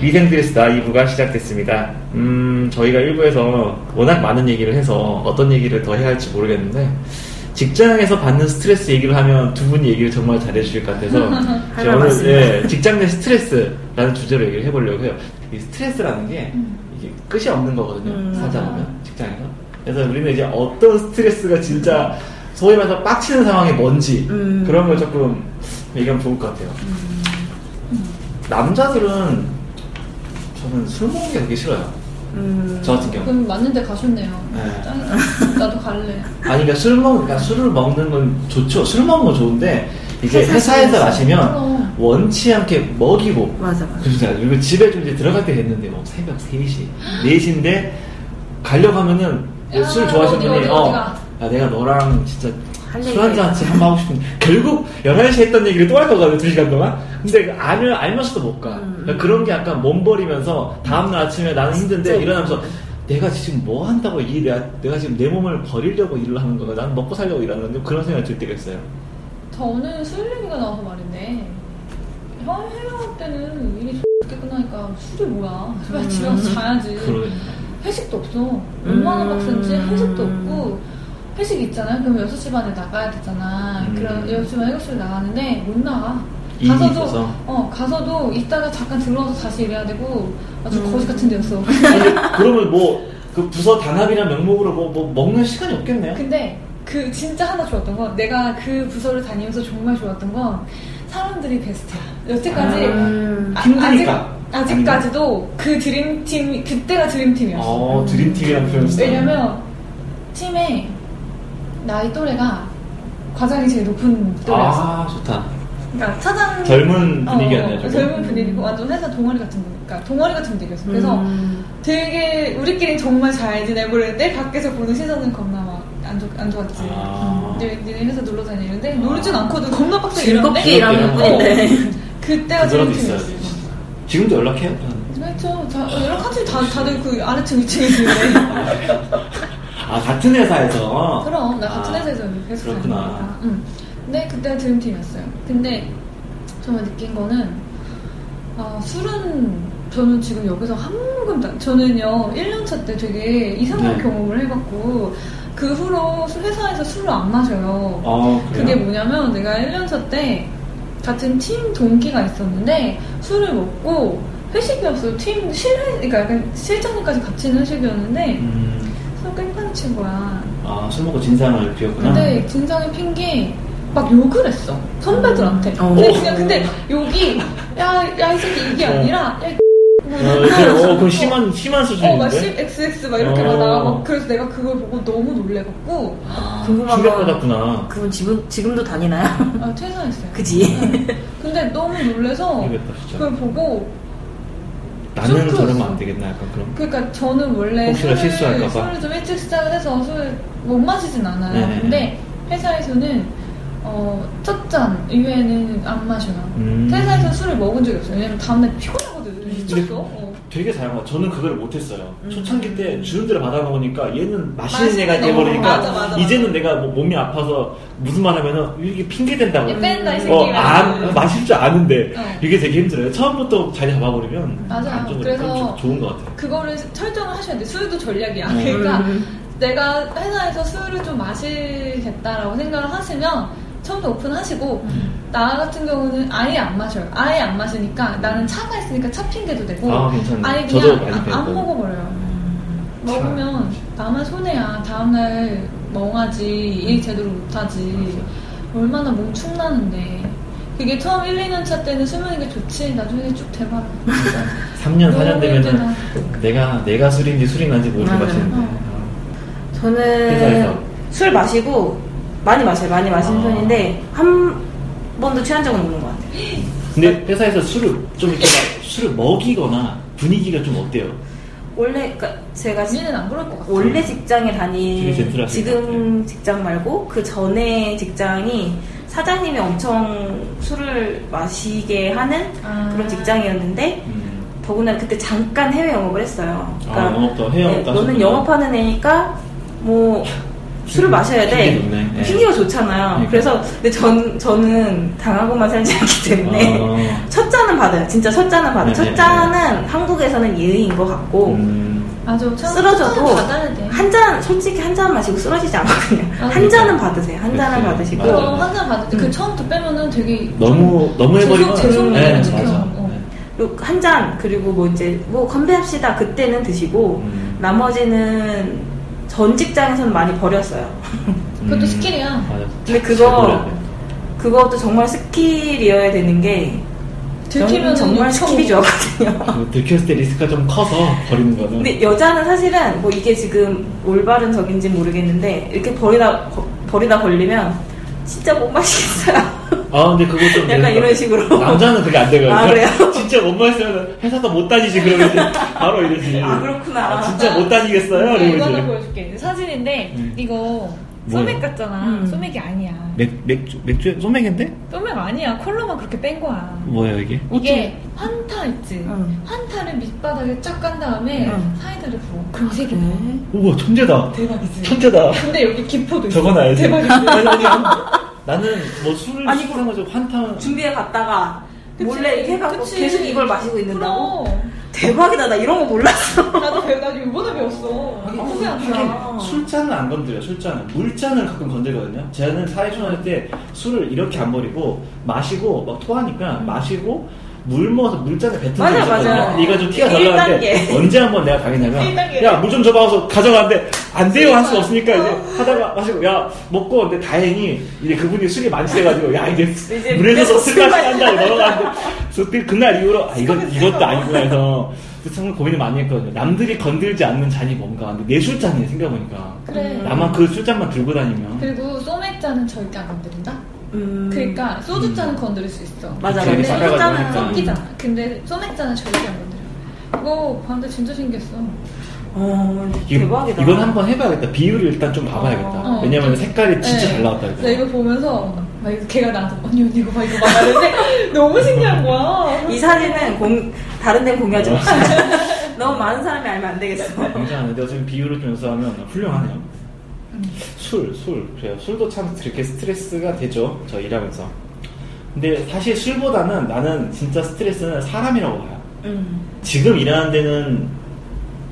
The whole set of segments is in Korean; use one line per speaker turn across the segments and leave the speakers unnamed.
위생드레스다 2부가 네, 시작됐습니다. 음, 저희가 1부에서 워낙 많은 얘기를 해서 어떤 얘기를 더 해야 할지 모르겠는데, 직장에서 받는 스트레스 얘기를 하면 두 분이 얘기를 정말 잘해주실 것 같아서,
할
제가
말 많습니다.
예, 직장 내 스트레스라는 주제로 얘기를 해보려고 해요. 이 스트레스라는 게
음.
이게 끝이 없는 거거든요.
음,
사자하면,
맞아.
직장에서. 그래서 우리는 이제 어떤 스트레스가 진짜 소위 말해서 빡치는 상황이 뭔지,
음.
그런 걸 조금 얘기하면 좋을 것 같아요. 남자들은 저는 술 먹는 게 되게 싫어요.
음.
저 같은 경우.
그럼 맞는데 가셨네요.
네.
짱이다. 나도 갈래.
아니 그러니까 술 먹, 그러니까 술을 먹는 건 좋죠. 술 먹는 건 좋은데 이제
회사에서 어.
회사에서 마시면
그럼.
원치 않게 먹이고
맞아, 맞아.
그러잖아요. 그리고 집에 좀 이제 들어갈 때 됐는데 뭐 새벽 3시, 4시인데 가려고 하면은
야,
술 좋아하시는
어디,
분이
어디,
어,
어디가?
야 내가 너랑 진짜
할
술
얘기가
한잔 같이 한번 하고 싶은데 결국 11시 했던 얘기를 또 할 거거든요. 2시간 동안. 근데 그 알면 알면서도 못 가.
음.
그러니까 그런 게 약간 몸버리면서 다음날 아침에 나는 힘든데
진짜.
일어나면서 내가 지금 뭐 한다고 이 내가, 내가 지금 내 몸을 버리려고 일을 하는 건가? 난 먹고 살려고 일하는 건데 그런 생각이 들 때가 있어요.
음. 저는 술 얘기가 나와서 말인데 형 해명할 때는 일이 좋게 끝나니까 술이 뭐야?
음.
그냥 집에 가서 자야지.
그러니까.
회식도 없어. 얼마나 빡센지
음.
회식도 없고 회식 있잖아요. 그럼 6시 반에 나가야 되잖아.
음.
그럼 6시 반 7시에 나가는데 못 나가.
일이 있어서?
어 가서도 이따가 잠깐 들어와서 다시 일해야 되고 아주
음.
거지 같은 데였어.
아니, 그러면 뭐 그 부서 단합이란 명목으로 뭐, 뭐 먹는 시간이 없겠네요.
근데 그 진짜 하나 좋았던 건 내가 그 부서를 다니면서 정말 좋았던 건 사람들이 베스트야. 여태까지
음.
아,
힘드니까.
아직, 아직까지도 그 드림팀 그때가 드림팀이었어.
어 드림팀이란 표현 쓰다.
왜냐면 팀에 나이 또래가 과장이 제일 높은 또래였어.
아 좋다.
그러니까 차장
젊은
어,
분위기였네요.
어,
조금.
젊은 분위기고 완전 회사 동아리 같은 분위기니까 동아리 같은 분위기였어. 그래서
음.
되게 우리끼리 정말 잘 지내고 그랬는데 밖에서 보는 시선은 겁나 막안 안 좋았지.
아.
근데 니네 회사 놀러 다니는데 놀진
아.
않고도 겁나 빡세게
즐겁게
이러는데
일하는 분인데.
그때가
그
제일
사람도 있어야 돼.
재밌었어.
지금도 연락해요?
그렇죠. 다, 여러 가지 다, 다들 그 아래층, 위층이 있는데.
아 같은 회사에서.
그럼, 나 같은
아,
회사에서 계속
그렇구나.
다니니까. 응. 근데 그때가 드림팀이었어요. 근데 정말 느낀 거는, 아, 술은 저는 지금 여기서 한 모금도 안- 저는요, 1년차 때 되게 이상한
네.
경험을 해봤고, 그 후로 술- 회사에서 술을 안 마셔요.
어 그래요.
그게 뭐냐면 내가 1년차 때 같은 팀 동기가 있었는데 술을 먹고 회식이었어요. 팀 실회, 그러니까 약간 실장님까지 같이 있는 회식이었는데
음,
술 깽판 친 거야.
아술 먹고 진상을 피웠구나.
근데 진상의 핑계 막 욕을 했어. 선배들한테.
어.
근데 그냥 근데 욕이 야, 야, 이 새끼 이게 아니라 야, 이 뭐
어,
이런 거.
이제, 어,
어.
그건 심한 심한
어, 막
수준인데.
XXX 막 이렇게
네? 어.
막 나와. 그래서 내가 그걸 보고 너무 놀래갖고
아,
궁금한
충격
건-
받았구나.
그분 지금, 지금도 다니나요?
아, 퇴사했어요.
그지?
근데 너무 놀래서
이겼다 진짜.
그걸 보고
나는
좀
저러면
그랬어.
안 되겠나 약간 그런.
그러니까 저는 원래
혹시나
술을,
실수할까 봐.
술을 좀 일찍 시작을 해서 술을 못 마시진 않아요.
네네네.
근데 회사에서는 어, 첫 잔 이외에는 안 마셔요.
음.
회사에서 술을 먹은 적이 없어요. 왜냐면 다음날 피곤하거든요. 미쳤어. 어.
되게 다양한. 저는 그걸 못했어요.
음.
초창기 때 주는대로 받아먹으니까 얘는 마시는
맛있-
애가
어,
돼버리니까
맞아, 맞아, 맞아.
이제는 내가 뭐 몸이 아파서 무슨 말 하면은 이게 핑계 댄다고.
얘 뺀다 이 새끼.
어, 안, 마실 줄 아는데
어.
이게 되게 힘들어요. 처음부터 자리 잡아버리면
맞아요.
안좋
그래서-
좋은 것 같아요.
그거를 설정을 하셔야 돼. 술도 전략이야.
음.
그러니까
음.
내가 회사에서 술을 좀 마시겠다라고 생각을 하시면 처음에 오픈하시고 나 같은 경우는 아예 안 마셔요. 아예 안 마시니까 나는 차가 있으니까 차 핑계도 되고
아, 괜찮네.
아예
저도
그냥
많이
안,
배워요.
안 먹어버려요. 먹으면 나만 손해야. 다음날 멍하지, 일 제대로 못하지. 얼마나 몸축 나는데. 그게 처음 1, 2년 차 때는 숨는 게 좋지. 나중에 쭉 대박.
3년,
너무
4년 되면은
힘들다.
내가, 내가 술인지 술이 난지 모르고
맞아요.
마시는데. 회사에서?
저는 술 마시고 많이 마셔요. 많이 마시는
아.
편인데 한 번도 취한 적은 없는 것 같아요.
근데 회사에서 술을 좀 이렇게 막 술을 먹이거나 분위기가 좀 어때요?
원래 그러니까 제가 시-
언니는 안 그럴 것 같아.
원래 직장에
음. 되게 네.
다닌
젠틀하신 것 같아요.
지금 직장 말고 그 전에 직장이 사장님이 엄청 술을 마시게 하는
아.
그런 직장이었는데
음.
더군다나 그때 잠깐 해외 영업을 했어요. 그러니까 네,
아, 영업도, 해외 영업도
너는
하셨구나.
영업하는 애니까 뭐 술을 마셔야 돼.
핑계 좋네. 네.
핑계가 좋잖아요.
그러니까.
그래서 근데 전 저는 당하고만 살지 않기
네.
때문에
어,
첫 잔은 받아요. 진짜 첫 잔은 받아요.
네, 네,
첫
네.
잔은 한국에서는 예의인 것 같고
음,
맞아. 참
쓰러져도
칭찬을 받아야 돼.
한 잔 솔직히 한 잔 마시고 쓰러지지 않거든요.
아,
한 잔은 받으세요. 한 잔은
그치.
받으시고
맞아.
그럼 한잔 받을 때 그 처음부터 빼면은 되게
너무 너무 해버리면
죄송-
죄송해요,
네,
지금.
맞아.
어.
네.
한 잔 그리고 뭐 이제 뭐 건배합시다 그때는 드시고
음,
나머지는 전 직장에서는 많이 버렸어요.
그것도
음,
스킬이야.
맞아. 잘
근데 그거
버려야 돼.
그것도 정말 스킬이어야 되는 게 저는
들키면
정말 스킬이 좋았거든요.
그거 들켰을 때 리스크가 좀 커서 버리는 거는.
근데 여자는 사실은 뭐 이게 지금 올바른 적인지 모르겠는데 이렇게 버리다 거- 버리다 걸리면 진짜 못 마시겠어요.
아 근데 그거 좀
약간
되는 것
이런
같아.
식으로.
남자는 그게 안 되거든요.
아, 그래요?
진짜 못 마시면 회사도 못 다니지 그러면 이제 바로 이러지.
아 그렇구나. 뭐.
아, 진짜 못 다니겠어요?
네, 이거
이러고
하나
이제.
보여줄게. 사진인데
음.
이거
뭐야?
소맥 같잖아.
음.
소맥이 아니야.
맥, 맥주, 맥주, 소맥인데?
소맥 아니야. 컬러만 그렇게 뺀 거야.
뭐예요, 이게?
이게 환타 있지.
응.
환타를 밑바닥에 쫙 간 다음에
응.
사이다를 부어. 금색이 나.
네.
우와, 천재다.
대박이지.
천재다.
근데 여기 기포도 있어.
적어놔야지.
대박이지.
아니, 아니, 아니. 나는 뭐 술을
아니,
술을 가지고 환타는
준비해 갔다가
그치?
몰래 이렇게 해갖고
그치?
계속 이걸 마시고 있는다고?
그럼.
대박이다 나 이런 거 몰랐어
나도 배나 이번에 배웠어.
아,
후배한테.
아.
술잔은 안 건드려 술잔은 물잔을 가끔 건들거든요 저는 사회생활 때 술을 이렇게 안 버리고 마시고 막 토하니까 마시고 물 먹어서 물잔에 뱉은 적이
음. 맞아,
있었거든요
맞아.
이거 좀 티가
일
달라는데
단계.
언제 한번 내가 당했냐면
1단계.
야 물 좀 줘봐 하고서 가져가는데 안 돼요 할 수 없으니까 이제
어.
하다가 마시고 야 먹고 근데 다행히 이제 그분이 술이 많이 돼가지고 야 이제,
이제
물에서
계속
술맛이
술맛이
난다 넘어가는데 그때 그날 이후로 아 이건 이것도 아니구나 해서 정말 고민을 많이 했거든요 남들이 건들지 않는 잔이 뭔가 근데 내 술잔이 생각해보니까
그래.
음.
나만 그 술잔만 들고 다니면
그리고 소맥잔은 절대 안 건드린다?
음.
그러니까
음.
소주잔은 건드릴 수 있어.
맞아
그치,
근데
싸가지고
소주잔은
하니까. 음.
섞이잖아. 근데 소맥잔은 절대 안 건드려. 이거 봤는데 진짜 신기했어.
어, 대박이다
이건 한번 해봐야겠다 비율을 일단 좀 봐봐야겠다
어, 어.
왜냐면 색깔이 진짜
네.
잘 나왔다
나 이거 보면서 막 이거 걔가 나한테 언니 언니 이거 봐 이거 봐 하는데 너무 신기한 거야.
이 사진은 공, 다른 데는 공유하지
어.
맙시다 너무 많은 사람이 알면 안 되겠어
굉장하는데 어차피 비율을 좀 연습하면 훌륭하네요 음. 술, 술. 그래요. 술도 참 이렇게 스트레스가 되죠. 저 일하면서. 근데 사실 술보다는 나는 진짜 스트레스는 사람이라고 봐요.
음.
지금 일하는 데는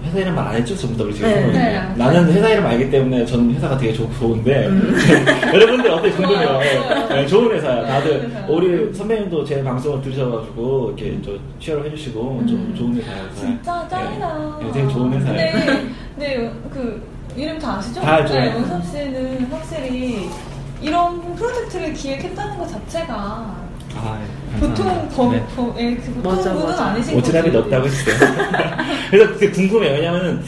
회사 이름 말 안 했죠? 전부 다 지금
네.
네.
나는 회사 이름 알기 때문에 저는 회사가 되게 좋, 좋은데 여러분들 어때 궁금해요.
음. 좋아요.
네, 좋은 회사야. 다들
좋은 회사.
우리 선배님도 제 방송을 들으셔가지고 이렇게 저 취업을 해주시고 좀
음.
좋은 회사예요.
진짜 짱이다.
네, 되게 좋은 회사예요.
근데, 근데 그 이름 다 아시죠?
다 알죠.
네, 영섭 씨는 확실히 이런 프로젝트를 기획했다는 것 자체가
아, 네.
보통
감사합니다.
범,
네.
범, 예, 그 보통
맞아,
분은
맞아.
아니신
오지랖이
거죠.
넓다고 했어요. 그래서 그게 궁금해요. 왜냐면은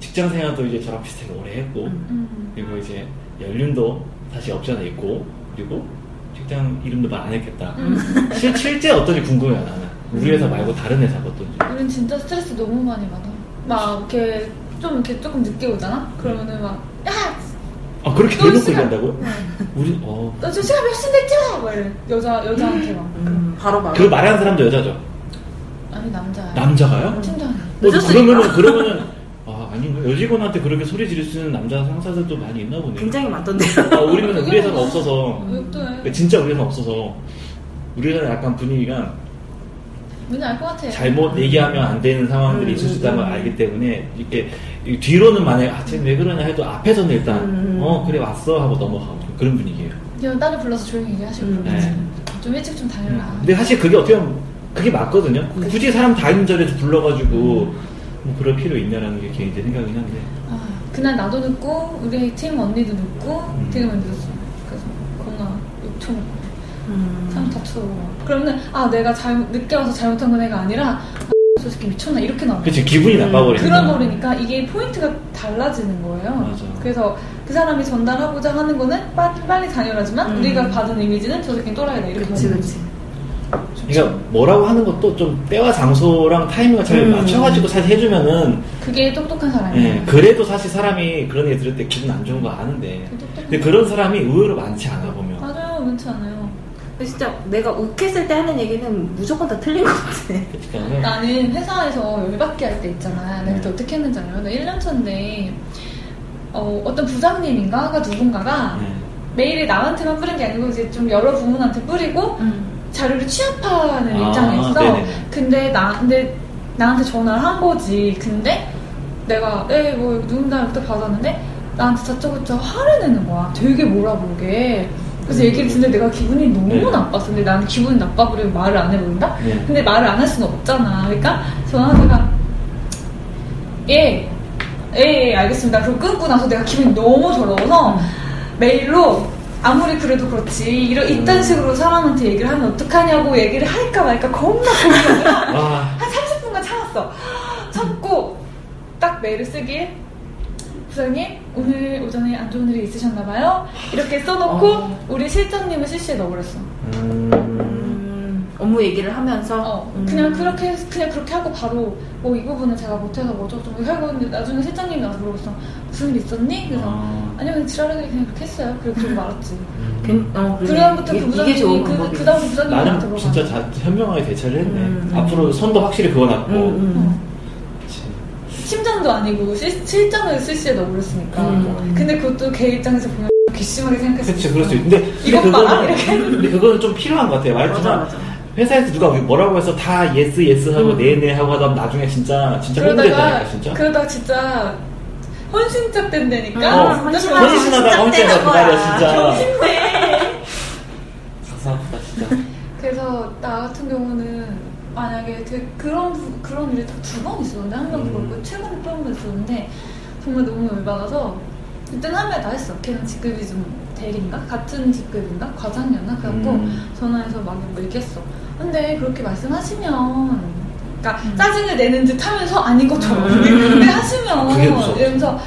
직장 생활도 이제 저랑 비슷하게 오래 했고,
음.
그리고 이제 연륜도 다시 없지 않아 있고, 그리고 직장 이름도 말 안 했겠다.
음.
실, 실제 어떤지 궁금해요, 나는. 우리 회사 말고 다른 회사가 뭐 어떤지.
우린 진짜 스트레스 너무 많이 받아. 막 이렇게 좀 이렇게 조금 늦게 오잖아?
네.
그러면은 막, 야!
아, 그렇게
또
대놓고
시간.
얘기한다고요?
네.
우리, 어.
너 지금 시간 몇 시인데 뛰어! 막 이래. 여자, 여자한테 막.
음, 바로 바로
그 말하는 사람도 여자죠?
아니, 남자야.
남자가요?
팀장이.
뭐,
음. 늦었으니까.
그러면은, 그러면은, 아, 아닌가? 여직원한테 그렇게 소리 지를 수 있는 남자 상사들도 많이 있나 보네요.
굉장히 음. 많던데요
아, 우리는 우리 회사가 없어서.
왜또 해?
근데 진짜 우리는 없어서 우리는 약간 분위기가
뭔지 알 것 같아.
잘못 얘기하면 안 되는 상황들이
음,
있을 수
음,
있다는 걸
음.
알기 때문에 이렇게 이 뒤로는 만약에 아 쟤는 왜 그러냐 해도 앞에서는 일단
음, 음.
어 그래 왔어 하고 넘어가고 좀 그런 분위기예요 네.
그냥 딸을 불러서 조용히 얘기하시고.
음.
그러지. 좀 일찍 좀 다녀라.
음, 근데 사실 그게 어떻게 보면 그게 맞거든요
네.
굳이 사람 다니는 자리에서 불러가지고 뭐 그럴 필요 있냐라는 게 개인적인 생각이긴 한데
아, 그날 나도 늦고, 우리 팀 언니도 늦고,
음.
되게 많이 늦었어. 그래서 겁나 욕청.
음.
사람 다투고 그러면 아 내가 잘못 늦게 와서 잘못한 건 애가 아니라 아, 저 새끼 미쳤나 이렇게 나와
그치 기분이
음,
나빠버리니까
그런 버리니까 이게 포인트가 달라지는 거예요
맞아.
그래서 그 사람이 전달하고자 하는 거는 빨리, 빨리 다녀라지만
음.
우리가 받은 이미지는 저 새끼는 또라이다 이렇게
그치
보는
그치
거죠.
그러니까 뭐라고 하는 것도 좀 때와 장소랑 타이밍을 잘
음.
맞춰가지고 사실 해주면은
그게 똑똑한 사람이에요
그러니까 예, 그래도 사실 사람이 그런 얘기 들을 때 기분 안 좋은 거 아는데
그게 똑똑한
근데 그런 사람이 의외로 많지 않아 보면
맞아요 그렇지 않아요
근데 진짜 내가 욱했을 때 하는 얘기는 무조건 다 틀린 것 같아
그러니까는
나는 회사에서 열받게 할 때 있잖아. 내가
네.
그때 어떻게 했는지 알아요? 나 1년 차인데 어, 어떤 부장님인가가 누군가가
음. 예.
메일을 남한테만 뿌린 게 아니고 이제 좀 여러 부문한테 뿌리고
음.
자료를 취합하는
아,
입장이었어.
네네네.
근데 나 근데 나한테 전화를 한 거지. 근데 내가 에뭐 누군가 이렇게 받았는데 나한테 자쩌고짜 화를 내는 거야. 되게 몰아보게. 그래서
음.
얘기를 듣는데 내가 기분이 너무
네.
나빴어. 근데 나는 기분이 나빠버리면 말을 안 해본다?
네.
근데 말을 안 할 수는 없잖아. 그러니까 전화하다가 예, 예, 예, 알겠습니다. 그리고 끊고 나서 내가 기분이 너무
음.
더러워서 메일로 아무리 그래도 그렇지 이런 이딴
음.
식으로 사람한테 얘기를 하면 어떡하냐고 얘기를 할까 말까 겁나 고민을
와.
한 30분간 참았어. 참고 딱 메일을 쓰기에 부장님 오늘 오전에 안 좋은 일이 있으셨나봐요. 이렇게 써놓고
어.
우리 실장님을 CC에 넣어버렸어.
음.
음, 업무 얘기를 하면서
어,
음.
그냥 그렇게 그냥 그렇게 하고 바로 뭐 이 부분은 제가 못해서 뭐죠 좀 하고 있는데 나중에 실장님이 나서 물어봤어 무슨 일 있었니? 그래서
아.
아니요 그냥 지랄하게 그냥 그렇게 했어요 그리고 그러고 말았지
괜- 어, 음. 그래.
그다음부터
이게-
그
이게 좋은
부장님이 그,
방법이야.
그 다음 부장님이 나한테
나는
물어봐
진짜 다 현명하게 대처를 했네.
음.
앞으로 선도 확실히 그어놨고.
음, 음.
그치.
팀장도 아니고 실, 실장을 실시에 넣어버렸으니까
음.
근데 그것도 걔 입장에서 보면 괘씸하게 생각했을
그치, 그럴 수 있. 근데, 근데
이것 봐라,
그거는, 음, 근데 그거는 좀 필요한 것 같아요.
맞아
말했지만,
맞아.
회사에서 누가 뭐라고 해서 다 예스, 예스 하고
음.
네네 하고 하다 보면 나중에 진짜, 진짜
그러다가
혼내잖아, 진짜.
그러다가 진짜 헌신짝 된다니까
어,
아, 진짜
헌신하다.
정신-
헌신하다가
진짜
혼내서 그
때린
말이야,
거야.
진짜. 가슴 아프다, 진짜.
그래서 나 같은 경우는 만약에 되- 그런 부- 그런 일이 딱 두 번 있었는데 한 번
음.
그렇고 최근에 또 한 번 있었는데 정말 너무 열받아서 그때는 한명다 했어. 걔는 직급이 좀 대리인가 같은 직급인가 과장이었나 그래갖고
음.
전화해서 막 이런 거 얘기했어. 근데 그렇게 말씀하시면 그러니까
음.
짜증을 내는 듯 하면서 아닌 것처럼 근데 하시면
그게 무서워.
이러면서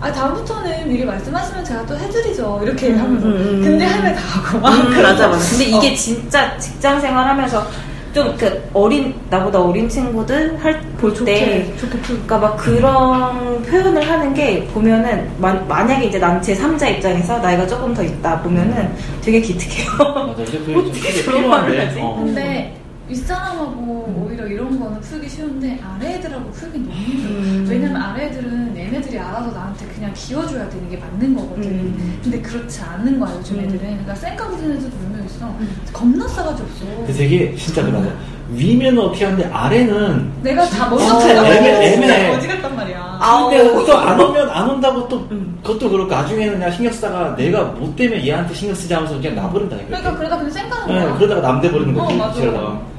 아 다음부터는 미리 말씀하시면 제가 또 해드리죠 이렇게
음,
하면서
음, 음.
근데 하면 다 하고 막
음, 맞아 맞아. 근데
어.
이게 진짜 직장 생활하면서 좀 그 어린 나보다 어린 친구들 할
네.
때
좋게 좋게 풀
그러니까 막 그런 표현을 하는 게 보면은 마- 만약에 이제 난 제 3자 입장에서 나이가 조금 더 있다 보면은 되게 기특해요.
맞아, 이제 그게 좀
어떻게 저런 말을
필요한데.
하지?
어.
근데 윗사람하고 오히려 이런 거는 풀기 쉬운데 아래 애들하고 풀기 너무 힘들어.
음.
왜냐면 아래 애들은 얘네들이 알아서 나한테 그냥 기워줘야 되는 게 맞는 거거든.
음.
근데 그렇지 않은 거야, 요즘
음.
애들은. 그러니까 쌩까 부리는 애들도 몇 명 있어.
음.
겁나 싸가지 없어.
근데 되게 진짜 그러네. 위면 어떻게 하는데 아래는
내가 다
진짜
먼저 풀려고
애매- 애매해.
진짜 거지 같단 말이야.
어, 아우.
근데 또 안 오면 안 온다고 또
음.
그것도 그렇고 나중에는 그냥 신경 쓰다가 내가 뭐 때문에 얘한테 신경 쓰지 하면서 그냥 나버린다니까.
그러니까 그러다 그냥 쌩까는
네,
거야.
그러다가 남대 버리는 거지.
어, 맞아.
그러다가.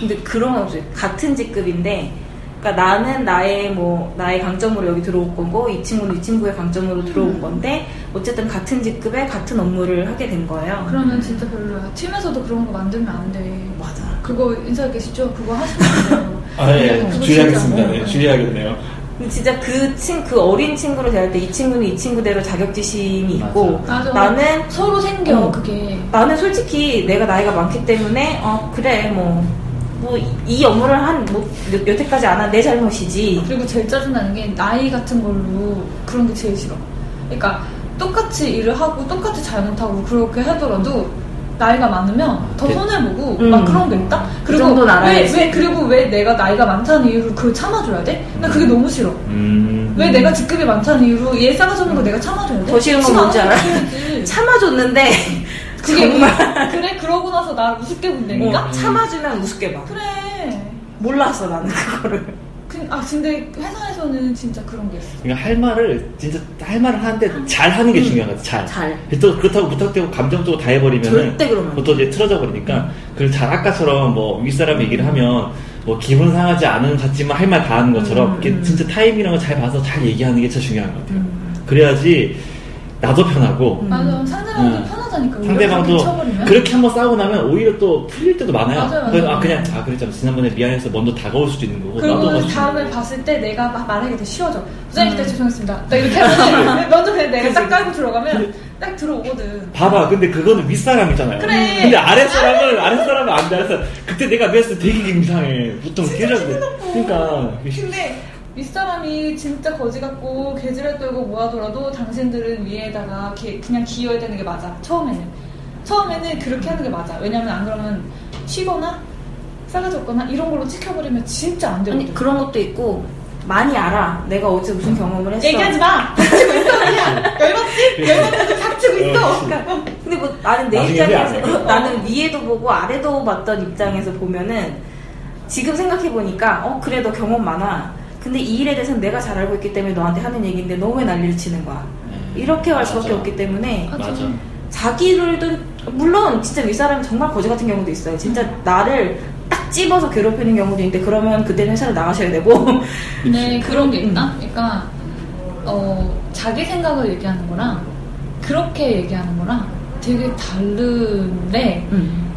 근데 그런 건 없어요. 같은 직급인데, 그러니까 나는 나의 뭐 나의 강점으로 여기 들어올 거고 이 친구는 이 친구의 강점으로 들어온 건데 어쨌든 같은 직급에 같은 업무를 하게 된 거예요.
그러면 진짜 별로야. 팀에서도 그런 거 만들면 안 돼.
맞아.
그거 인사 계시죠? 그거 하시면 안 돼요.
아, 예,
그거
예.
진짜 어.
주의하겠습니다.
안
네,
돼요.
주의하겠네요.
근데 진짜 그 친 그 어린 친구를 대할 때 이 친구는 이 친구대로 자격지심이 있고
맞아.
나는
서로 생겨
어.
그게
나는 솔직히 내가 나이가 많기 때문에 어 그래 뭐 뭐 이 업무를 한 뭐 여태까지 안 한 내 잘못이지.
그리고 제일 짜증나는 게 나이 같은 걸로 그런 게 제일 싫어 그러니까 똑같이 일을 하고 똑같이 잘못하고 그렇게 하더라도 나이가 많으면 더
그-
손해보고
음.
막 그런 게 있다?
그 정도는
왜,
알아야지.
왜 그리고 왜 내가 나이가 많다는 이유로 그걸 참아줘야 돼? 나 그게 너무 싫어
음.
왜 내가 직급이 많다는 이유로 얘 싸가지는 거 내가 참아줘야 돼?
더 싫은 건
참아,
뭔지 알아?
참아줘야지.
참아줬는데
그게 왜-
정말
그래 그러고 나서 나 우습게 본다니까?
어, 참아주면 우습게 봐.
그래
몰랐어 나는 그거를.
그- 아 근데 회사에서는 진짜 그런 게 있어.
그러니까 할 말을 진짜 할 말을 하는데 잘 하는
음.
게 중요한 것 같아.
잘.
또 그렇다고 무턱대고 감정적으로 다 해버리면
절대 그러면 안 돼.
또 이제 틀어져 버리니까 그걸 잘 아까처럼 뭐 윗사람 얘기를 하면 뭐 기분 상하지 않은 같지만 할 말 다 하는 것처럼
음,
이게
음.
진짜 타이밍이라는 거 잘 봐서 잘 얘기하는 게 제일 중요한 것 같아요. 그래야지 나도 편하고
음.
맞아 상대방도
음.
편하다니까. 오히려
상대방도
그렇게 쳐버리면.
그렇게 한번 싸우고 나면 오히려 또 풀릴 때도 많아요.
맞아요, 맞아요.
그래서 아 그냥 아 그랬잖아 지난번에 미안해서 먼저 다가올 수도 있는 거고
그리고
나도 음.
다음에 봤을 때 내가 막 말하기 더 쉬워져. 부장님 그때 죄송했습니다. 나 이렇게 하면 먼저 그냥 내가 딱 깔고 들어가면 딱 들어오거든.
봐봐, 근데 그거는 윗사람이잖아요.
그래.
근데 아랫사람은, 아랫사람은 안 돼. 그래서 그때 내가 뵀을 때 되게 이상해. 보통 깨졌네. 그러니까.
근데 윗사람이 진짜 거지 같고 개지랄 떨고 뭐 하더라도 당신들은 위에다가 기- 그냥 기여해야 되는 게 맞아. 처음에는. 처음에는 그렇게 하는 게 맞아. 왜냐면 안 그러면 쉬거나 싸가지 없거나 이런 걸로 찍혀버리면 진짜 안 되거든.
아니 그런 것도 있고 많이 알아. 내가 어제 무슨 경험을 했어.
얘기하지 마! 닥치고 있어, 그냥!
예,
열받지? 열받아서 닥치고 있어!
어,
그러니까, 어.
근데 뭐 나는 내
나중에
입장에서
후회 안 해요.
나는 위에도 보고 아래도 봤던 입장에서 보면은 지금 생각해 보니까 어 그래 너 경험 많아. 근데 이 일에 대해서는 내가 잘 알고 있기 때문에 너한테 하는 얘기인데 너 왜 난리를 치는 거야? 이렇게 할 수밖에
네. 맞아.
없기 때문에
맞아.
맞아.
자기를 또 물론 진짜 윗사람이 정말 거지 같은 경우도 있어요. 진짜
음.
나를 딱 찝어서 괴롭히는 경우도 있는데 그러면 그때는 회사를 나가셔야 되고
네, 그런 게 있나? 그러니까, 어, 자기 생각을 얘기하는 거랑, 그렇게 얘기하는 거랑 되게 다른데,
음.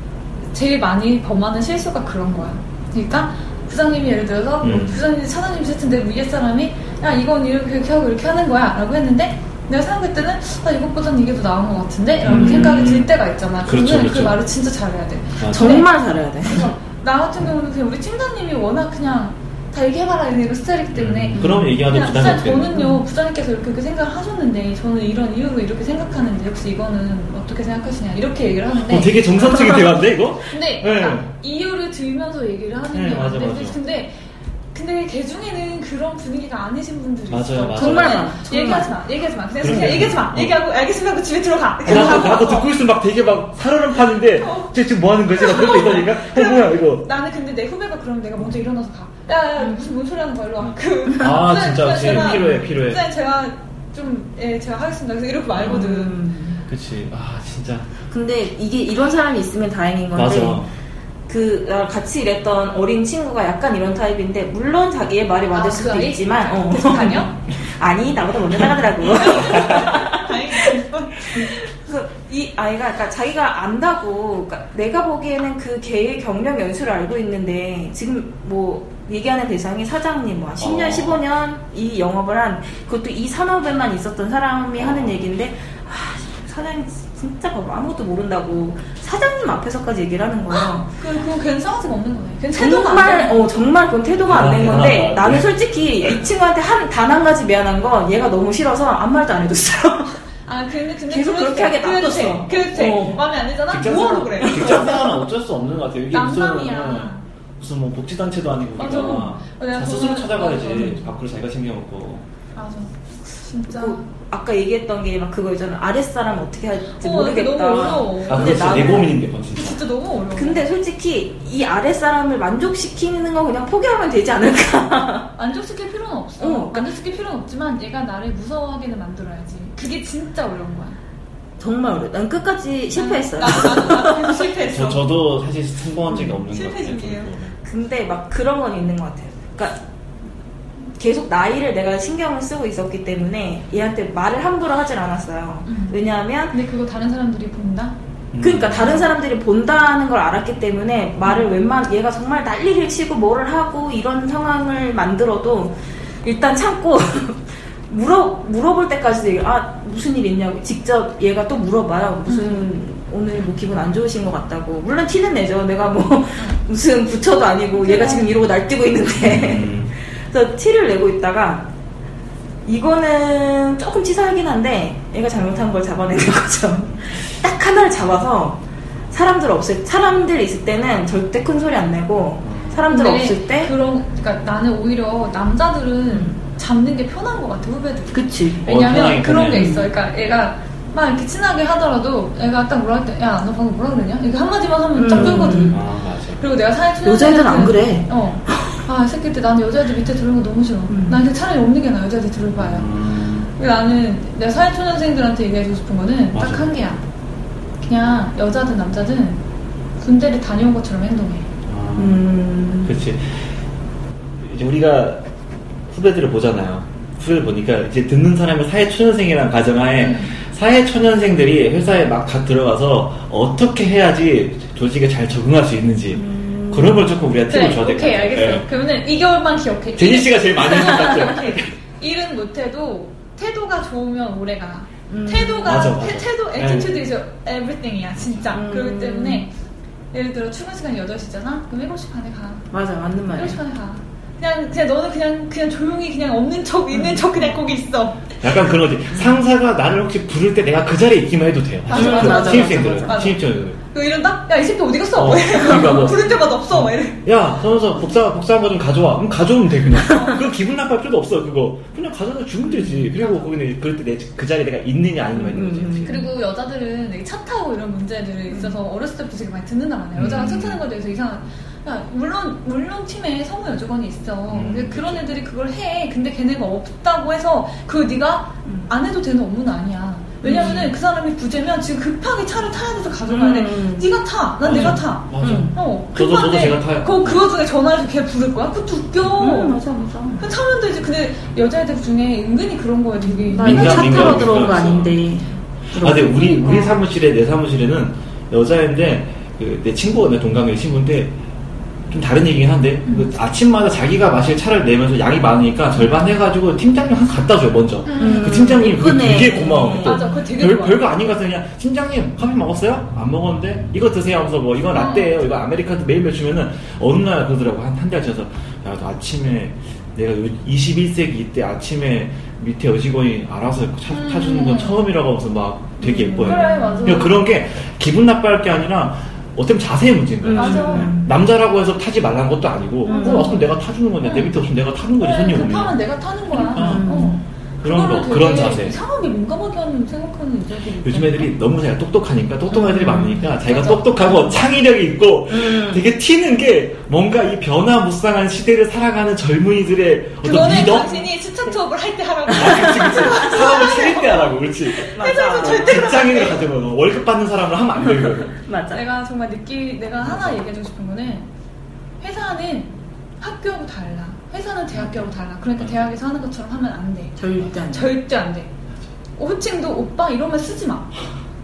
제일 많이 범하는 실수가 그런 거야. 그러니까, 부장님이 예를 들어서, 뭐
음.
부장님, 사장님 세트인데 위에 사람이, 야, 이건 이렇게, 이렇게 하고 이렇게 하는 거야. 라고 했는데, 내가 생각할 때는, 나 이것보단 이게 더 나은 것 같은데? 라는
음.
생각이 들 때가 있잖아.
그렇죠,
그러면 그
그렇죠.
말을 진짜 잘해야 돼.
맞아.
정말 잘해야 돼.
그래서 나 같은 경우는 그냥 우리 팀장님이 워낙 그냥 다 얘기해봐라 이런 스타일이기 때문에
음, 그럼 얘기하도
그냥
부담이
부장
없겠네.
저는요 부장님께서 이렇게, 이렇게 생각을 하셨는데 저는 이런 이유로 이렇게 생각하는데 혹시 이거는 어떻게 생각하시냐 이렇게 얘기를 하는데
어, 되게 정상적인 대화인데 이거?
근데
네.
딱 이유를 들면서 얘기를 하는
네,
게
맞아,
맞는데
맞아.
근데 근데 걔 중에는 그런 분위기가 아니신 분들이
맞아요,
있어.
맞아요.
정말
정말 많아, 정말.
얘기하지 마, 얘기하지 마. 그냥,
그러니까.
그냥 얘기하지 마.
어.
얘기하고 알겠습니다 하고 집에 들어가.
나도, 나도 듣고 있으면 막 되게 막 살얼음 파는데 쟤 지금 뭐 하는 거지? 막 그런 거 있다니까? 어, 뭐야 이거?
나는 근데 내 후배가 그러면 내가 먼저 일어나서 가. 야, 야 무슨 뭔 소리 하는 거야, 일로 와. 그,
아,
쌤,
진짜,
쌤,
진짜
제가-
필요해, 필요해.
쌤, 제가 좀, 예, 제가 하겠습니다. 그래서 이렇게 말거든.
음. 그치. 아, 진짜.
근데 이게 이런 사람이 있으면 다행인 건데
맞아.
그 나랑 같이 일했던 어린 친구가 약간 이런 타입인데 물론 자기의 말이 맞을
아,
수도
그 아이?
있지만 어.
계속 다녀?
아니 나보다 먼저 나가더라고.
다행이다.
그래서 이 아이가 그러니까 자기가 안다고 그러니까 내가 보기에는 그 개의 경력 연수를 알고 있는데 지금 뭐 얘기하는 대상이 사장님 뭐 10년
어.
15년 이 영업을 한 그것도 이 산업에만 있었던 사람이
어.
하는 얘기인데 아, 사장님 진짜 봐봐 아무것도 모른다고 사장님 앞에서까지 얘기를 하는 거예요.
그, 그건 괜히 싸가지가 없는 거네. 괜히 태도가 안
정말
돼.
어 정말 그건 태도가 안 된
아,
건데
아, 아,
나는
네.
솔직히 이 친구한테 한 단 한 가지 미안한 건 얘가 너무 싫어서 아무 말도 안 해줬어요.
아, 근데, 근데.
계속
그래도
그렇게 하게
돼. 그래도 돼.
놔뒀어.
그래도 돼.
어.
마음에 안 들잖아?
직장
뭐하러
생활-
그래?
직장 생활은 어쩔 수 없는 것 같아요. 이게
난감이야.
무슨 무슨 뭐 복지단체도 아니고
맞아.
우리가
내가
다 스스로
그거는-
찾아가야지. 밖으로 자기가 챙겨먹고.
맞아. 진짜.
그 아까 얘기했던 게 막 그거 있잖아 아랫사람 어떻게 할지
어,
모르겠다
너무 어려워.
아,
근데
그렇지. 내
나는-
고민인데, 그건 진짜.
진짜 너무 어려워.
근데 솔직히 이 아랫사람을 만족시키는 거 그냥 포기하면 되지 않을까
만족시킬 필요는 없어.
어.
만족시킬 필요는 없지만 얘가 나를 무서워하게는 만들어야지. 그게 진짜 어려운 거야.
정말 어려 난 끝까지 실패했어요
나도, 나도, 나도 계속
저,
실패했어.
저도 사실 성공한 적이 없는 것
실패
같아요. 음.
중이에요.
저도.
근데 막 그런 건 있는 것 같아요 그러니까 계속 나이를 내가 신경을 쓰고 있었기 때문에 얘한테 말을 함부로 하진 않았어요
음.
왜냐하면
근데 그거 다른 사람들이 본다?
음.
그러니까 다른 사람들이 본다는 걸 알았기 때문에
음.
말을 웬만 얘가 정말 난리를 치고 뭐를 하고 이런 상황을 만들어도 일단 참고 물어 물어볼 때까지도 얘기- 아 무슨 일 있냐고 직접 얘가 또 물어봐요 무슨
음.
오늘 뭐 기분 안 좋으신 것 같다고 물론 티는 내죠 내가
음.
뭐 무슨 부처도 아니고 얘가 지금 이러고 날뛰고 있는데
네. 음.
그래서 티를 내고 있다가 이거는 조금 치사하긴 한데 얘가 잘못한 걸 잡아내는 거죠. 딱 하나를 잡아서 사람들 없을 사람들 있을 때는 절대 큰 소리 안 내고 사람들
근데
없을 때 음.
그런, 그러니까 나는 오히려 남자들은 잡는 게 편한 것 같아, 후배들.
그치
왜냐면
편하게
그런 게
편해.
음.
있어. 그러니까 얘가 막 이렇게 친하게 하더라도 얘가 딱 뭐라 할 때, 야, 너 방금 뭐라 그랬냐? 이렇게 한마디만 하면 딱
음.
끌거든.
아, 맞아.
그리고 내가 사회 친한
여자애들은 안
애들은-
그래.
어. 아, 이 새끼들 나는 여자애들 밑에 들어오는 거 너무 싫어.
음.
난 그냥 차라리 없는 게 나아, 여자애들 들어봐요.
음.
근데 나는 내 사회 초년생들한테 얘기해주고 싶은 거는
맞아.
딱 한 개야. 그냥 여자든 남자든 군대를 다녀온 것처럼 행동해.
아.
음
그렇지. 이제 우리가 후배들을 보잖아요. 후배들 보니까 이제 듣는 사람이 사회초년생이라는 가정하에
음.
사회초년생들이 회사에 막 다 들어가서 어떻게 해야지 조직에 잘 적응할 수 있는지 그런 걸 조금 네, 우리가 팁을 줘야 될것
음. 오케이,
같아요.
알겠어요.
네.
그러면은 2개월만 기억해.
제니 씨가 제일 많이 해준 것 같아요.
오케이. 일은 못해도 태도가 좋으면 오래가.
음.
태도가
맞아, 맞아.
태, 태도
네.
attitude is everything이야 진짜.
음.
그렇기 때문에 예를 들어 출근 시간이 8시잖아. 그럼 7시 반에 가.
맞아 맞는 말이야
7시 반에 가. 그냥 그냥 너는 그냥 그냥 조용히 그냥 없는 척 있는
음.
척 그냥 거기 있어.
약간 그런 거지. 상사가 나를 혹시 부를 때 내가 그 자리에 있기만 해도 돼요.
맞아, 맞아, 맞아,
신입생들은.
맞아, 맞아.
신입생들은.
그리고 그 이런다? 야, 이 새끼 어디 갔어?
어, 그러니까 뭐.
부른 데마다 없어. 막 이래.
야, 서면서 복사, 복사한 거 좀 가져와. 그럼 가져오면 돼, 그냥. 그 기분 나빠할 필요도 없어, 그거. 그냥 가져다 주면 되지. 그리고 거기는 그럴 때 내 그 자리에 내가 있느냐, 아니냐 있는 거지.
음, 음.
그리고 여자들은 되게 차 타고 이런 문제들이 있어서 어렸을 때부터 되게 많이 듣는단 말이야. 여자가 차
음.
타는 거에 대해서 이상한. 야, 물론, 물론 팀에 성우 여직원이 있어.
음.
근데 그런 애들이 그걸 해. 근데 걔네가 없다고 해서 그 네가
음.
안 해도 되는 업무는 아니야. 왜냐면은 그 사람이 부재면 지금 급하게 차를 타야 돼서 가져가야 돼.
음.
네가 타. 난
맞아.
내가 타.
맞아.
음.
어.
저도- 저도 제가 타요. 음.
그거 그 와중에 전화해서 걔 부를 거야? 그거
음.
두껴.
맞아 맞아.
그 차면 되지. 근데 여자애들 중에 은근히 그런 거에 되게
나 이거
민감,
차
민감,
타러 들어온 거
민감했어.
아닌데.
아, 근데 우리,
음.
우리 사무실에, 내 사무실에는 여자인데, 그, 내 친구가 내 동갑의 친구인데, 좀 다른 얘기긴 한데,
음.
그 아침마다 자기가 마실 차를 내면서 양이 많으니까 절반 해가지고 팀장님 한 갖다 줘요, 먼저.
음.
그 팀장님 그거
이쁘네.
되게 고마워. 어, 또.
맞아, 그거 되게
별,
좋아.
별거 아닌 것 같아서 그냥 팀장님 커피 먹었어요? 안 먹었는데 이거 드세요 하면서 뭐 이건
어.
라떼예요 이거 아메리카노 매일매일 주면은 어느 날 그러더라고 한 한 달 지나서 야너 아침에 내가 요 21세기 이때 아침에 밑에 여직원이 알아서 차,
음.
타주는 건 처음이라고 하면서 막 되게
음,
예뻐요
그래, 맞아.
그러니까 그런 게 기분 나빠할 게 아니라 어떻게 자세히 문제인 거야
그- 맞아.
남자라고 해서 타지 말라는 것도 아니고
음.
어, 어차피 내가 타주는 건데 내 밑에 없으면 내가 타는 거지 손님 오면
급하면 내가 타는 거야.
음.
어.
그런 거
네, 그거를
그런
되게
자세
이상하게 민감하게 하는 생각하는 여자들이.
요즘 애들이 너무 잘 똑똑하니까 똑똑한 애들이
음.
많으니까 자기가
맞아.
똑똑하고 창의력이 있고
음.
되게 튀는 게 뭔가 이 변화무쌍한 시대를 살아가는 젊은이들의 어떤
그거는
리더? 아,
당신이 스타트업을 할 때 하라고.
그치 그치 사람을 차릴 때 하라고 그렇지
회사에서
맞아.
절대 그러면 안
직장인을
돼. 그러니까.
가져가고 월급 받는 사람을 하면 안 되고
맞아.
내가 정말 느끼 내가 하나 얘기해주고 싶은 거는 회사는 학교하고 달라. 회사는 대학교하고 달라. 그러니까
음.
대학에서 하는 것처럼 하면 안 돼.
절대 안 돼.
절대 안 돼. 어, 호칭도 오빠 이러면 쓰지 마.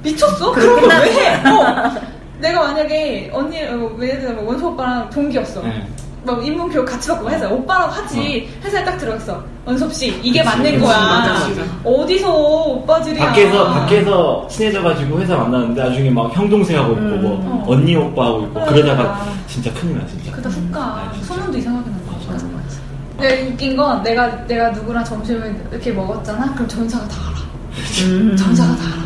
미쳤어?
그렇게
그런 걸
끝나는
왜 해? 어. 내가 만약에 언니, 어, 예를 들어 뭐 원수 오빠랑 동기였어.
네.
막 인문 교육 같이 받고 회사 오빠랑 하지 회사에 딱 들어갔어. 원섭 씨 이게
그치,
맞는
그치,
거야.
맞아, 맞아.
어디서 오빠들이야. 아.
밖에서 밖에서 친해져가지고 회사 만나는데 나중에 막 형동생하고 있고
음.
뭐 언니 오빠하고 있고
어. 그러니까.
그러다가 진짜 큰일 나 진짜
그다
아,
훅가
진짜.
소문도 이상하게 난다.
맞아 맞아.
내가 웃긴 건 내가 내가 누구랑 점심을 이렇게 먹었잖아. 그럼 전사가 다 알아.
음.
전사가 다 알아.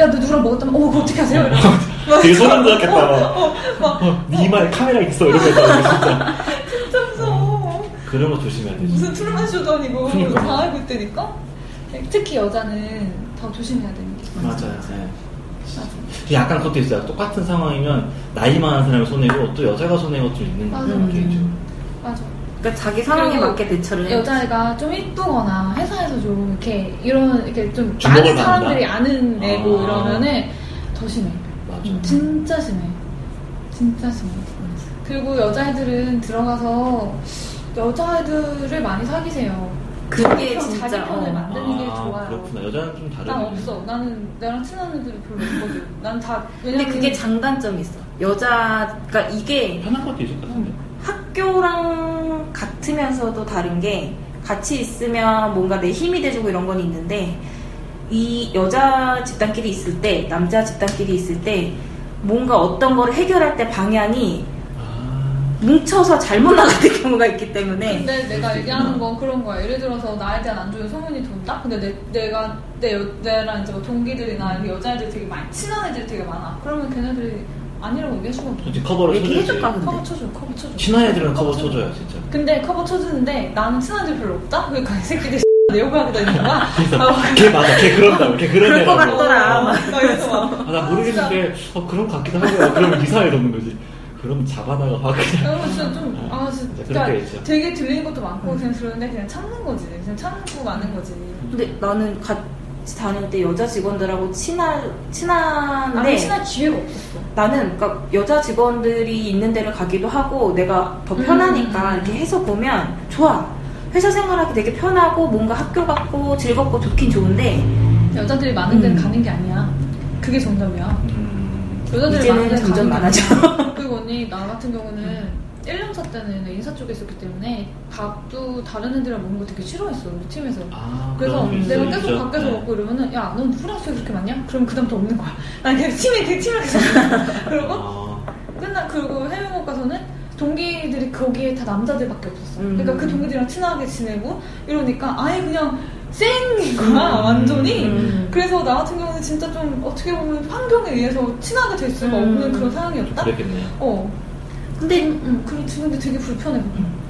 야, 너 누구랑 먹었다면, 어, 그거 어떻게 하세요? 이러면서.
되게 소름 돋았겠다
어, 막,
니말 카메라 있어 이러면서 진짜
진짜 무서워.
그런 거 조심해야 돼 진짜.
무슨 트루먼 쇼도 아니고, 뭐
그러니까.
다 알고 있다니까? 특히 여자는 더 조심해야 되는 게.
맞아요. 네. 약간 그것도 있어요. 똑같은 상황이면 나이 많은 사람이 손해고 또 여자가 손해가 좀 있는 것 같아요.
맞아요.
개인적으로.
맞아.
그러니까 자기 상황에
그리고
맞게 대처를 해야 돼.
여자애가 좀 이쁘거나 회사에서 좀 이렇게, 이런, 이렇게 좀
주목을
많은
받는다?
사람들이 아는 애고
아.
이러면은 더 심해.
맞아.
음.
진짜 심해. 진짜 심해. 그리고 여자애들은 들어가서 여자애들을 많이 사귀세요.
그게
자기
진짜
편을
어.
만드는 게
아,
좋아요.
그렇구나. 여자는 좀 다르네.
난 없어. 나는 나랑 친한 애들이 별로 없거든. 난 다.
근데
왜냐면
그게 장단점이 있어. 여자, 그러니까 이게
편한 것도 있을 것 같은데.
음.
학교랑 같으면서도 다른 게 같이 있으면 뭔가 내 힘이 돼주고 이런 건 있는데 이 여자 집단끼리 있을 때 남자 집단끼리 있을 때 뭔가 어떤 거를 해결할 때 방향이
아,
뭉쳐서 잘못 나가는 경우가 있기 때문에
근데 내가 얘기하는 건 그런 거야. 예를 들어서 나에 대한 안 좋은 소문이 돈다. 근데 내, 내가 내 여- 내랑 이제 뭐 동기들이나 이렇게 여자애들 되게 많이 친한 애들이 되게 많아. 그러면 걔네들이 아니라고 얘기할 수가 없어.
솔직히 커버를 쳐줘야지.
얘기해줄까
커버
근데
쳐줘. 커버 쳐줘.
친한 애들은 커버
쳐줘.
쳐줘요, 진짜.
근데 커버 쳐주는데 나는 친한 애들 별로 없다. 그러니까 이 새끼들 내 욕하고 다니는 거야. 아,
걔 맞아. 걔 그런다고. 걔 그런
그럴 것
애라고.
같더라.
막 이러면서 막.
어. 아, 나 모르겠는데, 어, 그런 것 같기도 하고, 어, 그러면 이상하게 돕는 거지. 그럼 잡아다가 확 그냥.
그러면 진짜 좀, 아, 진짜.
어. 그럴 때
그러니까
있죠. 음.
되게 들리는 것도 많고, 그냥 들었는데 그냥 참는 거지. 그냥 참고 마는 거지.
근데 나는 같이 다닐 때 여자 직원들하고 친할
아,
친한데
니 친할 기회가 없었어.
나는 그러니까 여자 직원들이 있는 데를 가기도 하고 내가 더 편하니까
음.
이렇게 해서 보면 좋아. 회사 생활하기 되게 편하고 뭔가 학교 같고 즐겁고 좋긴 좋은데
여자들이 많은 데는
음.
가는 게 아니야. 그게 정답이야.
음.
여자들이
이제는
데는
점점
가는 게
많아져.
아니야. 그리고 언니, 나 같은 경우는 1년차 때는 인사 쪽에 있었기 때문에 밥도 다른 애들이랑 먹는 거 되게 싫어했어, 우리 팀에서.
아,
그래서
그런 게 있을
내가
수
계속
있죠.
밖에서
네.
먹고 이러면은 야, 넌 누구랑 술 그렇게 많냐? 그럼 그다음부터 없는 거야. 난 그냥 팀에, 그 팀에 계속. 그러고
아,
맨날 그리고 해외여행 가서는 동기들이 거기에 다 남자들밖에 없었어.
음.
그러니까 그 동기들이랑 친하게 지내고 이러니까 아예 그냥 쌩이구나
음.
완전히
음.
그래서 나 같은 경우는 진짜 좀 어떻게 보면 환경에 의해서 친하게 될 수가
음.
없는 그런 상황이었다
아, 그랬겠네요.
어 근데 음, 그렇지 근데 되게 불편해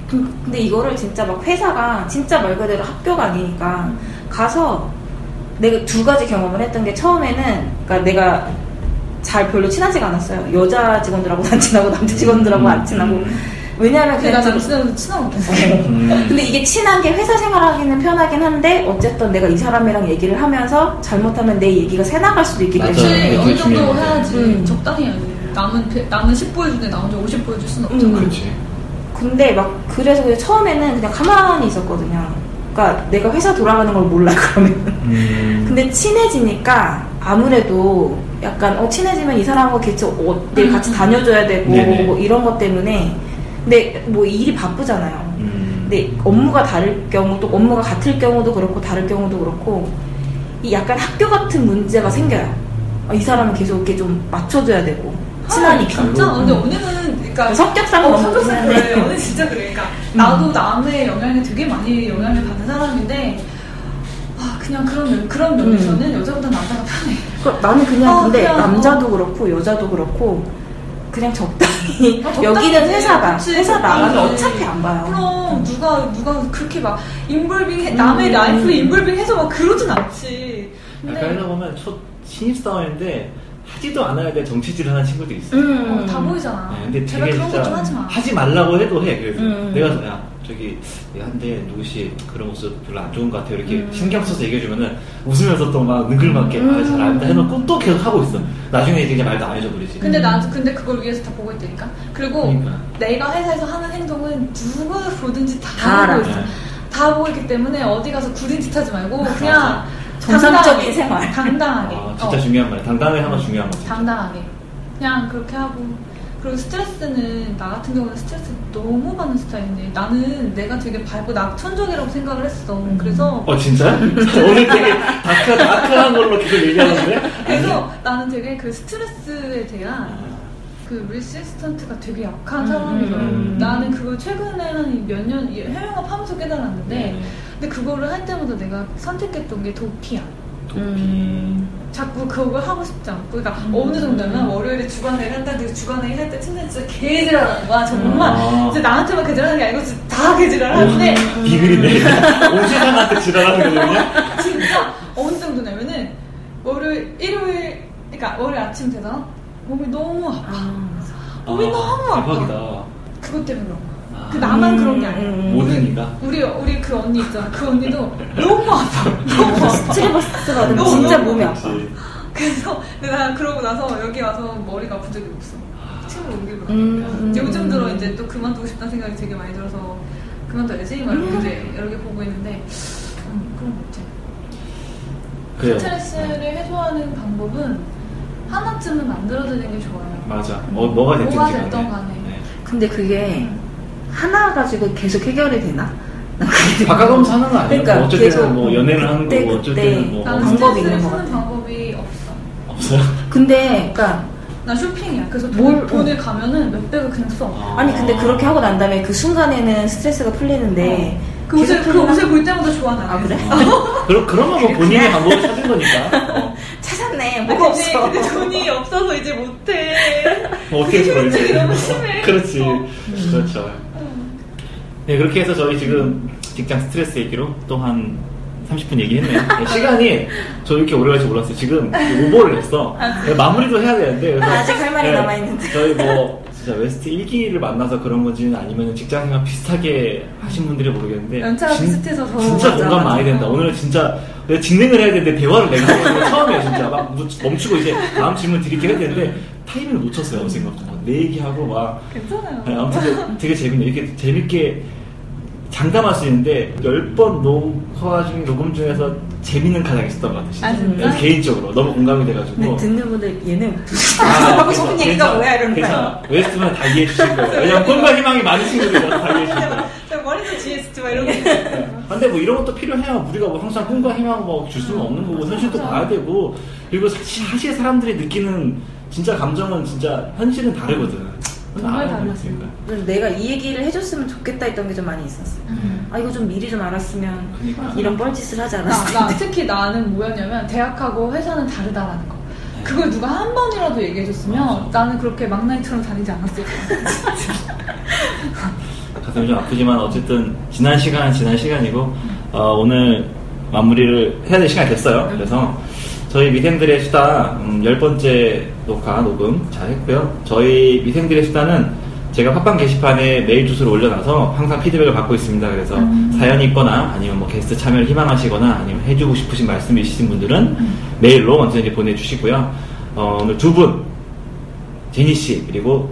그- 근데 이거를 진짜 막 회사가 진짜 말 그대로 학교가 아니니까 가서 내가 두 가지 경험을 했던 게 처음에는 그러니까 내가 잘 별로 친하지가 않았어요. 여자 직원들하고 안 친하고 남자
음.
직원들하고 안 친하고 왜냐하면
내가
그냥 좀-
남친하고 친하고
음.
근데 이게 친한 게 회사 생활하기는 편하긴 한데 어쨌든 내가 이 사람이랑 얘기를 하면서 잘못하면 내 얘기가 새 나갈 수도 있기
맞아요.
그렇지
그게
때문에
어느
중요한
정도
거지.
해야지
음.
적당히 해야지 남은 배- 남은 10보 해주는데 나 혼자 50보 해줄 순 없잖아
음.
그렇지.
근데 막 그래서 그냥 처음에는 그냥 가만히 있었거든요. 그러니까 내가 회사 돌아가는 걸 몰라 그러면.
음.
근데 친해지니까 아무래도 약간 어 친해지면 이 사람하고 대체 어딜 같이 다녀줘야 되고
네네.
뭐 이런 것 때문에 근데 뭐 일이 바쁘잖아요.
음.
근데 업무가 다를 경우 또 업무가 같을 경우도 그렇고 다를 경우도 그렇고 이 약간 학교 같은 문제가 생겨요. 어, 이 사람은 계속 이렇게 좀 맞춰줘야 되고 친하니까
아, 진짜 근데 언니는 그러니까
성격상
어,
그런
성격상
거긴 한데.
그래. 언니 진짜 그래. 그러니까 나도 남의 영향을 되게 많이 영향을 받는 사람인데 아 그냥 그런 면- 그런 면에서는 여자보다 남자가 편해.
그, 나는 그냥
어,
근데
그냥,
남자도 그렇고 여자도 그렇고 그냥 적당히
어, 적당히
여기는
해.
회사다
그치,
회사 나가면
적당히.
어차피 안 봐요.
그럼 누가 누가 그렇게 막 인볼빙 해, 남의
음.
라이프에 인볼빙해서 막 그러진 않지.
아까 그러니까 하다 보면 첫 신입사원인데 하지도 않아야 될 정치질을 하는 친구들이 있어. 요
어,
음.
다 보이잖아.
네, 근데
제발
되게
그런 거
진짜
좀 하지 마.
말라고 해도 해. 그래서
음.
내가 야 저기 야, 한데 누구씨 그런 모습 별로 안 좋은 것 같아요. 이렇게
음.
신경 써서 얘기해주면은 웃으면서 또 막 능글맞게
음.
말잘 안다 해놓고 또 계속 하고 있어. 나중에 이제 그냥 말도 안 해줘 버리지.
근데 나 근데 그걸 위해서 다 보고 있다니까. 그리고
그러니까.
내가 회사에서 하는 행동은 누가 보든지 다,
다 알아.
알고 있어.
네.
다 보고 있기 때문에 어디 가서 구린 짓 하지 말고
맞아.
그냥
정상적인
당당하게,
생활.
당당하게.
아, 진짜
어,
중요한 말이야. 당당하게 하면 중요한 거지.
당당하게. 그냥 그렇게 하고. 그리고 스트레스는 나 같은 경우는 스트레스 너무 받는 스타일인데 나는 내가 되게 밝고 낙천적이라고 생각을 했어. 그래서
어 진짜? 오늘 되게 다크 다크한 걸로 계속 얘기하는데.
그래서 나는 되게 그 스트레스에 대한 그 리시스턴트가 되게 약한
음,
사람이에요.
음.
나는 그걸 최근에 한 몇 년 해명업하면서 깨달았는데,
네.
근데 그거를 할 때마다 내가 선택했던 게 도피야.
도피.
음.
자꾸 그걸 하고 싶지 않고, 그러니까
음.
어느 정도면 월요일에 주간회의 한다, 근데 주간회의 할 때 진짜 진짜 개지랄하는 거야. 정말
아.
이제 나한테만 개지랄하는 게 아니고 진짜 다 개지랄하는데,
음.
음. 비글이네. 온 세상한테 지랄하는 거거든요.
진짜 어느 정도냐면은 월요일, 일요일, 그러니까 월요일 아침 되잖아. 몸이 너무 아파. 몸이
아,
너무 아파.
대박이다.
그것 때문에 그런 거야.
아,
그 나만 그런 게 아니야.
음, 음, 음.
모든 이가.
우리 우리 그 언니 있잖아. 그 언니도 너무 아파. 너무 아파.
스트레스 받으면
너무
진짜
너무
몸이 아파.
그렇지.
그래서 내가 그러고 나서 여기 와서 머리가 아픈 적이 없어. 친구 옮기고
음, 음.
나니까. 요즘 들어 이제 또 그만두고 싶다는 생각이 되게 많이 들어서 그만둬야지 막 이렇게 이제 여러 개 보고 있는데 음, 그런 거 없지.
그래요.
스트레스를 해소하는 방법은 하나쯤은 만들어드는 게 좋아요.
맞아. 뭐, 뭐가 됐든 네.
뭐가
지간에.
됐든 간에.
근데
음.
그게
음.
하나 가지고 계속 해결이 되나?
네. 바꿔가면서 하는 거 아니야?
그러니까
뭐 어쩔
계속
때는 뭐 연애를 하는
그때,
거고 어쩔
그때
때는 뭐
나는
없는
방법이
스트레스를
있는 것 같아.
푸는 방법이 없어.
거 없어요.
근데 그러니까
나 쇼핑이야. 그래서
뭘,
돈, 돈을 가면은 몇백을 그냥 써.
아니 근데 그렇게 하고 난 다음에 그 순간에는 스트레스가 풀리는데
그 옷을,
계속
그
풀리나?
옷을 볼 때마다 좋아, 나.
아 그래?
어. 그럼 그런 거뭐 본인의 방법을 찾은 거니까. 어.
찾았네
근데,
뭐가 없어
근데 아, 돈이 없어서 이제 못해.
뭐 어떻게
그게
해서
힘들지,
벌지?
너무 심해.
그렇지.
어.
그렇죠.
음.
네, 그렇게 해서 저희 지금 직장 스트레스 얘기로 또 한 30분 얘기했네요. 네, 시간이 저 이렇게 오래 갈지 몰랐어요. 지금
아,
오버를 했어. 네, 마무리도 해야 되는데. 그래서 네,
아직 할 말이 남아있는데.
저희 뭐 진짜 웨스트 1기를 만나서 그런 건지는 아니면 직장생활 비슷하게 하신 분들이 모르겠는데.
연차가 비슷해서 더
진짜
맞아,
공감 많이
맞아.
된다. 오늘은 진짜 내가 진행을 해야 되는데 대화를 내가 하는 건 처음이에요. 진짜 막 멈추고 이제 다음 질문 드릴게 해야 되는데 타이밍을 놓쳤어요. 어느 생각도. 막내 얘기하고 막
괜찮아요.
아니, 아무튼 그 되게 재밌네. 이렇게 재밌게 장담할 수 있는데 10번 녹화 중 녹음 중에서 재밌는 가장 있었던 것 같아요. 진짜.
아, 진짜?
네, 개인적으로 너무 공감이 돼가지고.
근데 네, 듣는 분들 얘네
뭐. 아,
하고
괜찮아,
싶은 얘기가
괜찮아,
뭐야 이러는 거야
괜찮아. 웨스트만 다 이해해 주실 거예요. 왜냐면 꿈과 희망이 많은 친구들이라서 다 이해해 주실 거예요.
저 머리도 GST 막 이런 거.
아, 근데 뭐 이런 것도 필요해요. 우리가 뭐 항상 꿈과 희망 뭐줄 수는 없는 거고 현실도 봐야 되고 그리고 사실 사실 사람들이 느끼는 진짜 감정은 진짜 현실은 다르거든.
정말
아,
달랐어요.
그러니까.
그래서 내가 이 얘기를 해줬으면 좋겠다 했던 게 좀 많이 있었어요.
음.
아 이거 좀 미리 좀 알았으면
그러니까.
이런 뻘짓을 하지
나,
않았을
나
텐데.
특히 나는 뭐였냐면 대학하고 회사는 다르다라는 거. 그걸 누가 한 번이라도 얘기해줬으면
네. 맞아.
나는 그렇게 막나이처럼 다니지 않았을 거야.
가슴이 그러니까 좀 아프지만 어쨌든 지난 시간은 지난 시간이고 어, 오늘 마무리를 해야 될 시간이 됐어요. 그래서 저희 미생들의 수다 음, 열 번째 녹화 녹음 잘 했고요. 저희 미생들의 수다는 제가 팟빵 게시판에 메일 주소를 올려놔서 항상 피드백을 받고 있습니다. 그래서 사연이 있거나 아니면 뭐 게스트 참여를 희망하시거나 아니면 해주고 싶으신 말씀이 있으신 분들은 메일로 언제든지 보내주시고요. 어, 오늘 두 분, 제니 씨 그리고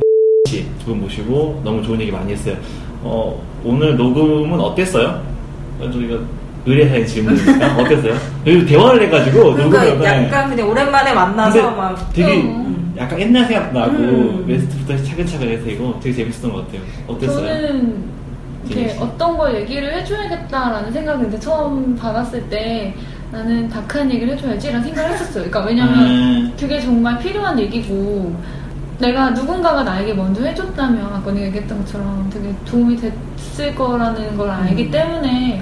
두 분 모시고 너무 좋은 얘기 많이 했어요. 어, 오늘 녹음은 어땠어요? 저희가 의뢰한 질문이니까 어땠어요? 여기 대화를 해가지고 녹음을
그러니까 약간 그냥 오랜만에 만나서
근데
막
되게
음.
약간 옛날 생각나고
음.
웨스트부터 차근차근 해서 이거 되게 재밌었던 것 같아요. 어땠어요?
저는 이렇게
재밌어요.
어떤 걸 얘기를 해줘야겠다라는 생각을 이제 처음 받았을 때 나는 다크한 얘기를 해줘야지라는 생각을 했었어요. 그러니까 왜냐면
음,
그게 정말 필요한 얘기고 내가 누군가가 나에게 먼저 해줬다면 아까 내가 얘기했던 것처럼 되게 도움이 됐을 거라는 걸 알기
음.
때문에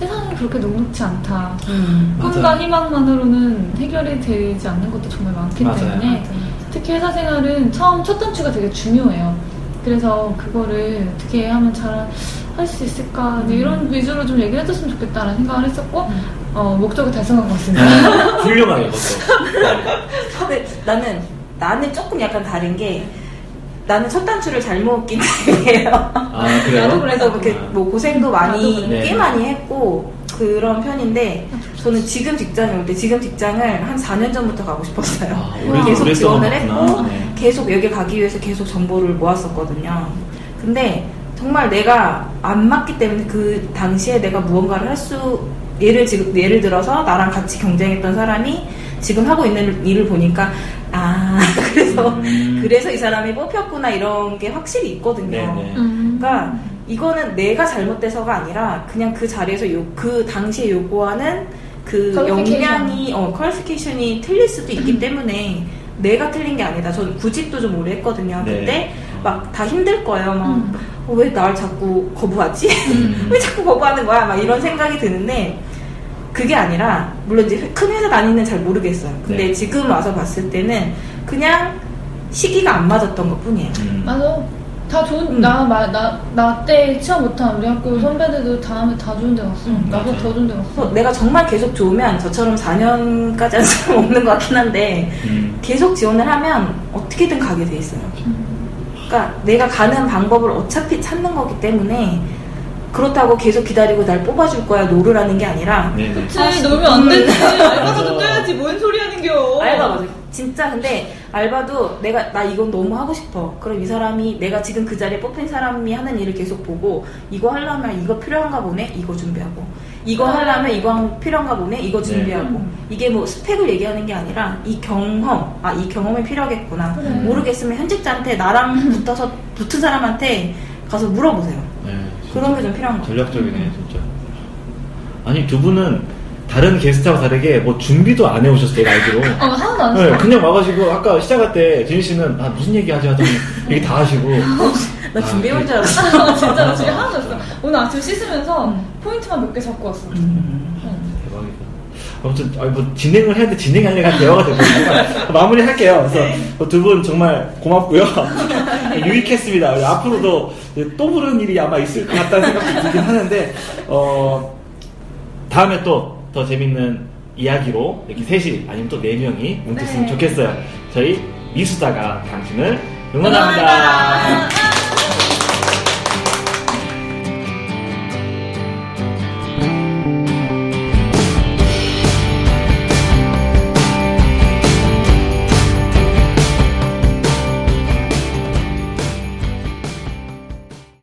세상은 그렇게 녹록지 않다.
음.
꿈과
맞아요.
희망만으로는 해결이 되지 않는 것도 정말 많기
맞아요.
때문에 특히 회사 생활은 처음 첫 단추가 되게 중요해요. 그래서 그거를 어떻게 하면 잘 할 수 있을까 이제
음.
이런 위주로 좀 얘기를 해줬으면 좋겠다라는 생각을 했었고 어, 목적을 달성한 것 같습니다.
아, 훌륭하게 봤어.
근데 나는 나는 조금 약간 다른 게 나는 첫 단추를 잘못 낀 거예요.
아
나도
그래요?
그래서 그렇게
아.
뭐 고생도 많이
나도
그래요.
꽤 많이 했고 그런 편인데 저는 지금 직장에 올 때 지금 직장을 한 4년 전부터 가고 싶었어요.
아, 오래-
계속
오래
지원을
써먹었구나.
했고
네.
계속 여기 가기 위해서 계속 정보를 모았었거든요. 근데 정말 내가 안 맞기 때문에 그 당시에 내가 무언가를 할 수 예를 지금 예를 들어서 나랑 같이 경쟁했던 사람이 지금 하고 있는 일을 보니까 아 그래서
음.
그래서 이 사람이 뽑혔구나 이런 게 확실히 있거든요.
네네.
음.
그러니까 이거는 내가 잘못돼서가 아니라 그냥 그 자리에서 요, 그 당시에 요구하는 그
퀄리피케이션.
역량이 어 퀄리피케이션이 틀릴 수도 있기 때문에 내가 틀린 게 아니다. 전 구직도 좀 오래 했거든요.
네.
그때 막 다 힘들 거예요.
음.
막 어, 왜 날 자꾸 거부하지?
음.
왜 자꾸 거부하는 거야? 막 이런 생각이 드는데 그게 아니라 물론 이제 큰 회사 다니는 잘 모르겠어요. 근데
네.
지금 와서 봤을 때는 그냥 시기가 안 맞았던 것 뿐이에요.
음.
맞아. 다 좋은
음.
나 나 나 때 취업 못한 우리 학교 선배들도 다음에 다 좋은 데 갔어.
음,
나도
음. 맞아.
더 좋은 데 갔어.
그래서 내가 정말 계속 좋으면 저처럼 4년까지 한 사람 없는 것 같긴 한데
음.
계속 지원을 하면 어떻게든 가게 돼 있어요.
음.
그러니까 내가 가는 방법을 어차피 찾는 거기 때문에 그렇다고 계속 기다리고 날 뽑아줄 거야 노르라는 게 아니라
네네.
그치, 놀면 안
음.
되지. 알바도
맞아.
뛰어야지. 뭔 소리 하는겨.
알바 맞아. 진짜 근데 알바도 내가 나 이건 너무 하고 싶어. 그럼 이 사람이 내가 지금 그 자리에 뽑힌 사람이 하는 일을 계속 보고 이거 하려면 이거 필요한가 보네. 이거 준비하고 이거 하려면 이거 필요한가 보네. 이거 준비하고
아. 네.
이게 뭐 스펙을 얘기하는 게 아니라 이 경험 아 이 경험이 필요하겠구나.
그래.
모르겠으면 현직자한테 나랑 붙어서 붙은 사람한테 가서 물어보세요.
네, 진짜.
그런 게 좀 필요한 음. 거.
전략적이네 진짜. 아니 두 분은 다른 게스트하고 다르게 뭐 준비도 안 해오셨어요 나 알기로.
어 하나도
아,
안
네,
했어.
그냥 와가지고 아까 시작할 때 진희 씨는 아 무슨 얘기 하지 하더니 얘기 다 하시고.
아,
아, 네.
나 준비해
네.
온 줄 알았어.
진짜 집에 하나도 없어. 오늘 아침 씻으면서 포인트만 몇 개 잡고 음. 왔어.
음.
응.
대박이다. 아무튼 아니, 뭐 진행을 해야 돼 진행이 아니라 그냥 대화가 됐거든요. 마무리할게요. 그래서 뭐 두 분 정말 고맙고요. 유익했습니다. 우리 앞으로도 이제 또 부른 일이 아마 있을 것 같다는 생각도 들긴 하는데 어, 다음에 또 더 재밌는 이야기로 이렇게 셋이 아니면 또 네 명이 뭉쳤으면
네.
좋겠어요. 저희 미수다가 당신을 응원합니다.
감사합니다.